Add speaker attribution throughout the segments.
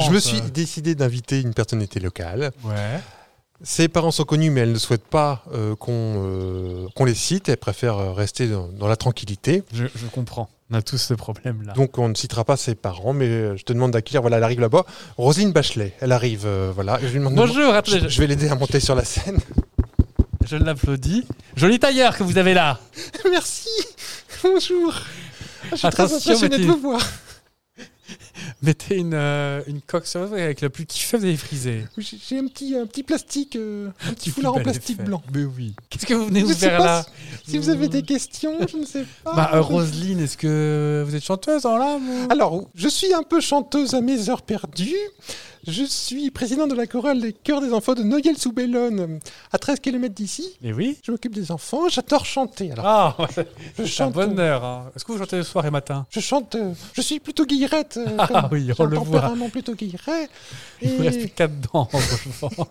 Speaker 1: Je me
Speaker 2: euh.
Speaker 1: suis décidé d'inviter une personnalité locale.
Speaker 2: Ouais.
Speaker 1: Ses parents sont connus, mais elle ne souhaite pas euh, qu'on euh, qu'on les cite. Elle préfère euh, rester dans, dans la tranquillité.
Speaker 2: Je, je comprends. On a tous ce problème-là.
Speaker 1: Donc on ne citera pas ses parents, mais euh, je te demande d'accueillir. Voilà, elle arrive là-bas. Roselyne Bachelet, elle arrive. euh, voilà. Et Je, lui demande de-
Speaker 2: Bonjour, attendez,
Speaker 1: je,
Speaker 2: je,
Speaker 1: je vais l'aider à monter sur la scène.
Speaker 2: je l'applaudis. Joli tailleur que vous avez là.
Speaker 1: Merci. Bonjour. Ah, Je suis très
Speaker 2: Attention,
Speaker 1: impressionné de
Speaker 2: Mathilde.
Speaker 1: vous voir.
Speaker 2: Mettez une, euh, une coque sur votre avec la pluie qui fait, vous allez friser.
Speaker 1: J'ai j'ai un petit, un petit plastique, euh, un
Speaker 2: Petit
Speaker 1: petit foulard en
Speaker 2: bel
Speaker 1: plastique
Speaker 2: effet.
Speaker 1: blanc.
Speaker 2: Mais oui. Qu'est-ce que vous venez
Speaker 1: Je
Speaker 2: nous
Speaker 1: sais
Speaker 2: faire
Speaker 1: pas
Speaker 2: là
Speaker 1: Si vous avez des questions, je ne sais pas. Ah.
Speaker 2: Bah, euh, Roselyne, est-ce que vous êtes chanteuse en l'âme ou-
Speaker 1: Alors, je suis un peu chanteuse à mes heures perdues. Je suis président de la chorale des chœurs des enfants de noyelles sous bellonne à 13 km d'ici.
Speaker 2: Mais oui.
Speaker 1: Je m'occupe des enfants, j'adore chanter. Alors,
Speaker 2: Ah, ouais, c'est
Speaker 1: je
Speaker 2: un
Speaker 1: chante.
Speaker 2: bonheur. hein. Est-ce que vous chantez le soir et matin
Speaker 1: Je chante, euh, je suis plutôt guillerette. euh,
Speaker 2: Ah
Speaker 1: comme-
Speaker 2: oui,
Speaker 1: j'ai
Speaker 2: on
Speaker 1: un
Speaker 2: le voit.
Speaker 1: tempérament plutôt guilleret.
Speaker 2: Il vous reste plus
Speaker 1: Et
Speaker 2: que quatre dents. en revanche.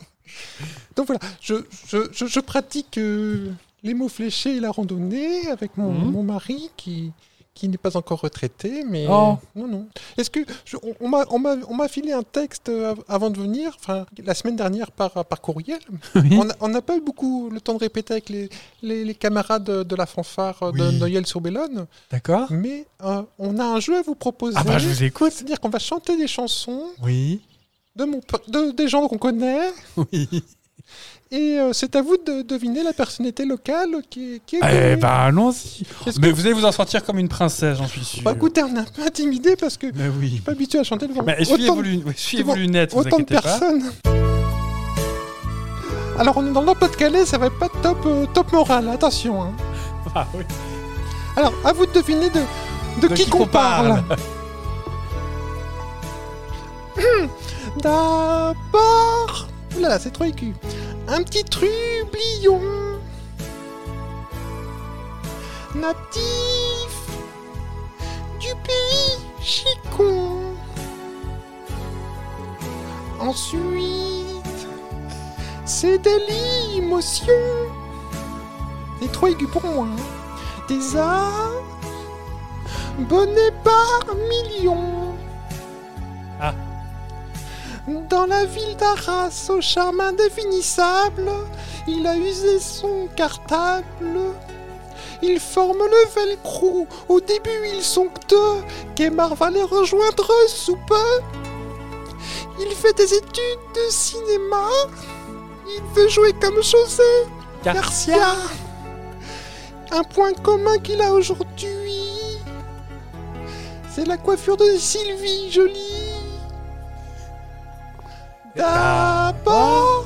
Speaker 1: donc voilà, je, je- je- je pratique euh, les mots fléchés et la randonnée avec mon,
Speaker 2: Mhm.
Speaker 1: mon mari qui, qui n'est pas encore retraité. Mais
Speaker 2: Oh.
Speaker 1: non, non. Est-ce que je- on, on m'a- on m'a on m'a filé un texte euh, av- avant de venir, enfin la semaine dernière par, par courriel.
Speaker 2: Oui.
Speaker 1: On a- On n'a pas eu beaucoup le temps de répéter avec les, les- les camarades de, de la fanfare euh, de
Speaker 2: Oui.
Speaker 1: Noyelles-sur-Bellonne,
Speaker 2: D'accord
Speaker 1: mais euh, on a un jeu à vous proposer.
Speaker 2: Ah bah, je vous écoute.
Speaker 1: C'est-à-dire qu'on va chanter des chansons
Speaker 2: Oui.
Speaker 1: de mon, po- de- des gens qu'on connaît,
Speaker 2: Oui.
Speaker 1: et euh, c'est à vous de deviner la personnalité locale qui, est- qui est.
Speaker 2: Eh
Speaker 1: connue.
Speaker 2: ben, allons-y.
Speaker 1: Qu'est-ce
Speaker 2: Mais vous allez vous en sortir comme une princesse, j'en suis sûr.
Speaker 1: Bah, écoutez, on est un peu intimidé parce que je
Speaker 2: Mais oui.
Speaker 1: suis pas habitué à chanter devant
Speaker 2: Mais essuyez
Speaker 1: autant,
Speaker 2: vos, lun- oui, essuyez vos
Speaker 1: devant-
Speaker 2: lunettes, vous
Speaker 1: autant de
Speaker 2: inquiétez pas.
Speaker 1: personnes. Alors, on est dans le Pas-de-Calais, ça va être pas top, euh, top moral, attention. hein.
Speaker 2: Ah oui.
Speaker 1: Alors, à vous de deviner de, de,
Speaker 2: De
Speaker 1: qui,
Speaker 2: qui
Speaker 1: qu'on
Speaker 2: qu'on
Speaker 1: parle.
Speaker 2: parle.
Speaker 1: D'abord. Ouh là là, c'est trop écu. Un petit trublion. Natif du pays chicon. Ensuite, c'est de l'émotion. C'est trop aigu pour moi. hein des abonnés par million.
Speaker 2: Ah.
Speaker 1: Dans la ville d'Arras, au charme indéfinissable, il a usé son cartable. Il forme le velcro, au début ils sont que deux, Kemar va les rejoindre sous peu. Il fait des études de cinéma, il veut jouer comme José Garcia. Un point commun qu'il a aujourd'hui, c'est la coiffure de Sylvie Jolie. D'abord,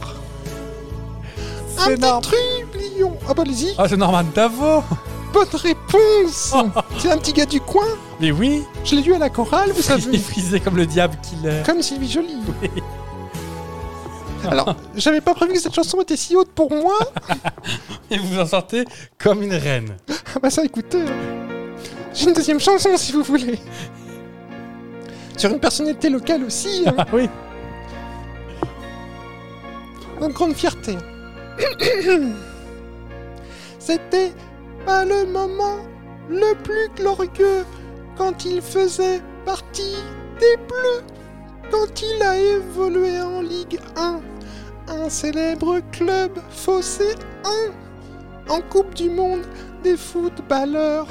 Speaker 1: un
Speaker 2: C'est
Speaker 1: petit
Speaker 2: énorme.
Speaker 1: trublion. Ah bah allez-y,
Speaker 2: Ah, c'est Norman Davo
Speaker 1: bonne réponse. c'est un petit gars du coin.
Speaker 2: Mais oui
Speaker 1: Je l'ai lu à la chorale, vous
Speaker 2: Il est
Speaker 1: savez.
Speaker 2: frisé comme le diable qu'il est.
Speaker 1: Comme Sylvie Jolie. Alors, j'avais pas prévu que cette chanson était si haute pour moi.
Speaker 2: Et vous en sortez comme une reine.
Speaker 1: Ah bah ça, écoutez, euh, j'ai une deuxième chanson si vous voulez. Sur une personnalité locale aussi, hein,
Speaker 2: Ah oui
Speaker 1: en grande fierté. C'était pas le moment le plus glorieux quand il faisait partie des Bleus, quand il a évolué en Ligue 1, un célèbre club faussé 1, en Coupe du Monde des footballeurs.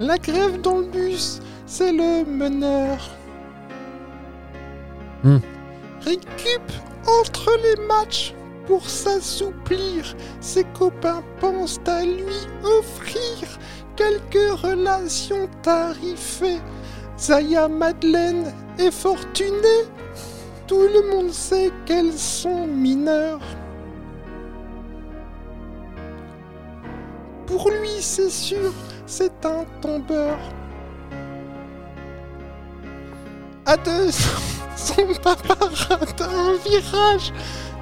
Speaker 1: La grève dans le bus, c'est le meneur.
Speaker 2: Hmm.
Speaker 1: Récup entre les matchs pour s'assouplir. Ses copains pensent à lui offrir quelques relations tarifées. Zaya Madeleine est fortunée. Tout le monde sait qu'elles sont mineures. Pour lui, c'est sûr, c'est un tombeur. À deux, son papa rate un virage,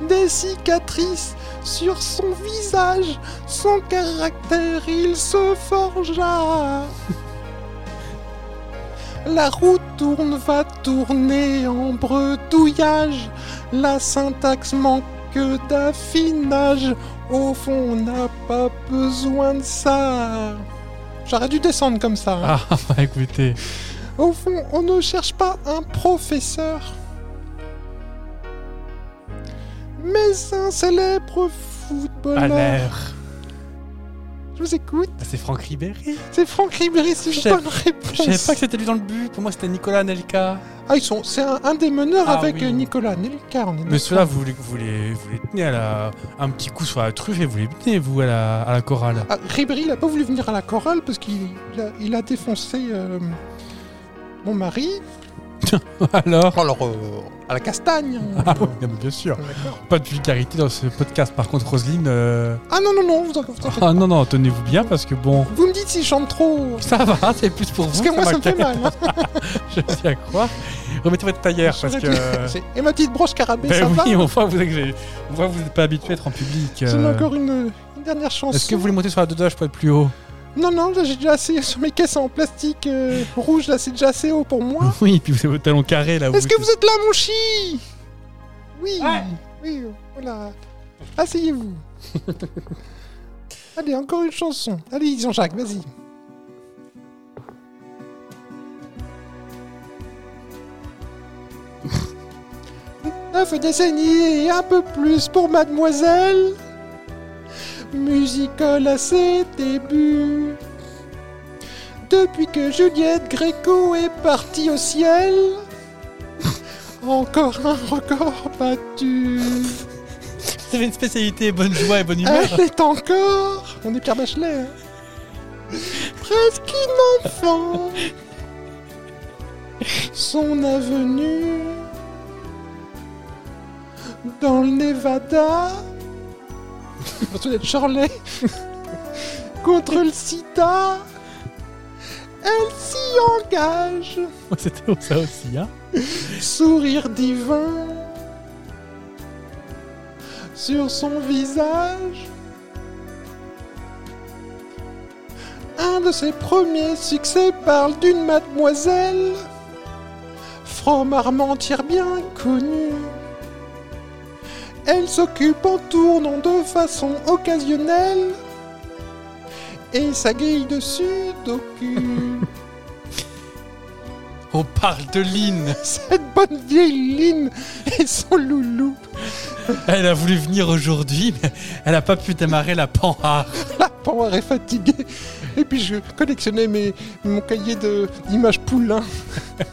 Speaker 1: des cicatrices sur son visage, son caractère, il se forgea. La roue tourne, va tourner en bredouillage, la syntaxe manque d'affinage. Au fond, on n'a pas besoin de ça. J'aurais dû descendre comme ça. hein.
Speaker 2: Ah, bah écoutez.
Speaker 1: Au fond, on ne cherche pas un professeur, mais un célèbre
Speaker 2: À
Speaker 1: footballeur.
Speaker 2: l'air.
Speaker 1: Je vous écoute.
Speaker 2: C'est Franck Ribéry.
Speaker 1: C'est Franck Ribéry, c'est
Speaker 2: Je-
Speaker 1: une bonne
Speaker 2: Je savais
Speaker 1: réponse.
Speaker 2: pas que c'était lui dans le but. Pour moi, c'était Nicolas Nelka.
Speaker 1: Ah, ils sont. C'est un, un des meneurs
Speaker 2: Ah
Speaker 1: avec
Speaker 2: oui.
Speaker 1: euh, Nicolas Nelka. On est
Speaker 2: Mais ceux-là, vous les, vous, les, vous les tenez à la, un petit coup sur la truffe et vous les tenez, vous, à la, à la chorale.
Speaker 1: Ah, Ribéry, il a pas voulu venir à la chorale parce qu'il il a, il a défoncé euh, mon mari.
Speaker 2: Alors
Speaker 1: Alors, euh, à la castagne.
Speaker 2: Ah oui, non, mais bien sûr.
Speaker 1: D'accord.
Speaker 2: Pas de vulgarité dans ce podcast. Par contre, Roselyne. euh,
Speaker 1: Ah non, non, non, vous en- vous en faites
Speaker 2: Ah non, non, tenez-vous bien parce que bon.
Speaker 1: Vous me dites si je chante trop.
Speaker 2: Ça va, c'est plus pour vous.
Speaker 1: Parce que moi, ça me fait mal. hein.
Speaker 2: Je tiens à croire. Remettez votre tailleur parce que. euh,
Speaker 1: C'est- Et ma petite broche carabée, ça
Speaker 2: Ben
Speaker 1: va
Speaker 2: oui, on voit que vous n'êtes pas habitué à être en public.
Speaker 1: J'en ai
Speaker 2: euh.
Speaker 1: encore une, une dernière chanson.
Speaker 2: Est-ce que vous voulez monter sur la dodoche pour être plus haut
Speaker 1: Non, non, là, j'ai déjà assez sur mes caisses en plastique euh, rouge, là c'est déjà assez haut pour moi.
Speaker 2: Oui, puis vous avez vos talons carrés là.
Speaker 1: Hein? Est-ce que vous êtes là, mon chi Oui,
Speaker 2: Ouais.
Speaker 1: oui, euh, voilà. Asseyez-vous. Allez, encore une chanson. Allez, Jean-Jacques, vas-y. Neuf décennies et un peu plus pour mademoiselle. Musicole à ses débuts. Depuis que Juliette Gréco est partie au ciel, encore un record battu.
Speaker 2: Vous avez une spécialité bonne joie et bonne
Speaker 1: Elle est encore, on est Pierre Bachelet, hein. presque une enfant. Son avenue dans le Nevada, parce d'être Charlet, contre le sida, elle s'y engage.
Speaker 2: C'était ça aussi, hein
Speaker 1: sourire divin sur son visage. Un de ses premiers succès parle d'une mademoiselle, from Armentière bien connue. Elle s'occupe en tournant de façon occasionnelle et sa grille de sudoku.
Speaker 2: On parle de Lynn.
Speaker 1: Cette bonne vieille Lynn et son loulou.
Speaker 2: Elle a voulu venir aujourd'hui, mais elle n'a pas pu démarrer la panhard.
Speaker 1: La poire est fatiguée. Et puis je collectionnais mes, mon cahier de- d'images poulain.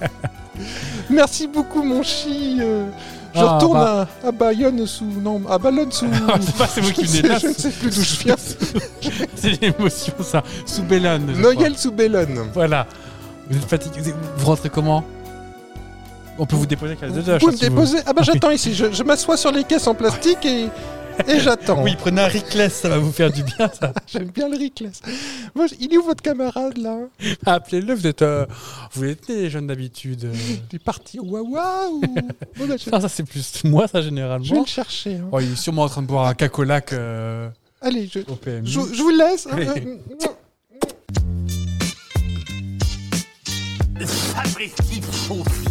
Speaker 1: Merci beaucoup mon chi. euh, je
Speaker 2: Ah,
Speaker 1: retourne à, à Bayonne sous... Non, à Ballonne sous...
Speaker 2: c'est pas- c'est vous qui venez
Speaker 1: Je sais-
Speaker 2: là,
Speaker 1: Je ne
Speaker 2: sous-
Speaker 1: sais plus d'où je viens.
Speaker 2: C'est l'émotion, ça. Sous Bélane. je crois.
Speaker 1: Noël sous Bellone.
Speaker 2: Voilà. Vous êtes fatigué. Vous rentrez comment On peut vous déposer avec la
Speaker 1: Vous
Speaker 2: dodoche. hein,
Speaker 1: pouvez me
Speaker 2: si vous-
Speaker 1: déposer Ah bah j'attends ici. Je, je m'assois sur les caisses en plastique et, et j'attends.
Speaker 2: Oui, prenez un Rickless, ça va vous faire du bien, ça.
Speaker 1: J'aime bien le Rickless. Moi, je- Il est où votre camarade là
Speaker 2: Appelez-le, vous êtes. euh, Vous êtes né, les jeunes d'habitude. euh.
Speaker 1: Il est parti au Wawa ou... Bon, bah, je,
Speaker 2: Non, ça, c'est plus moi, ça,
Speaker 1: je vais
Speaker 2: généralement.
Speaker 1: le chercher. hein.
Speaker 2: Oh, il est sûrement en train de boire un cacolac euh,
Speaker 1: Allez, je,
Speaker 2: au PMU.
Speaker 1: Je, je vous le laisse. hein.
Speaker 2: Allez.
Speaker 3: Fabrice Faufi.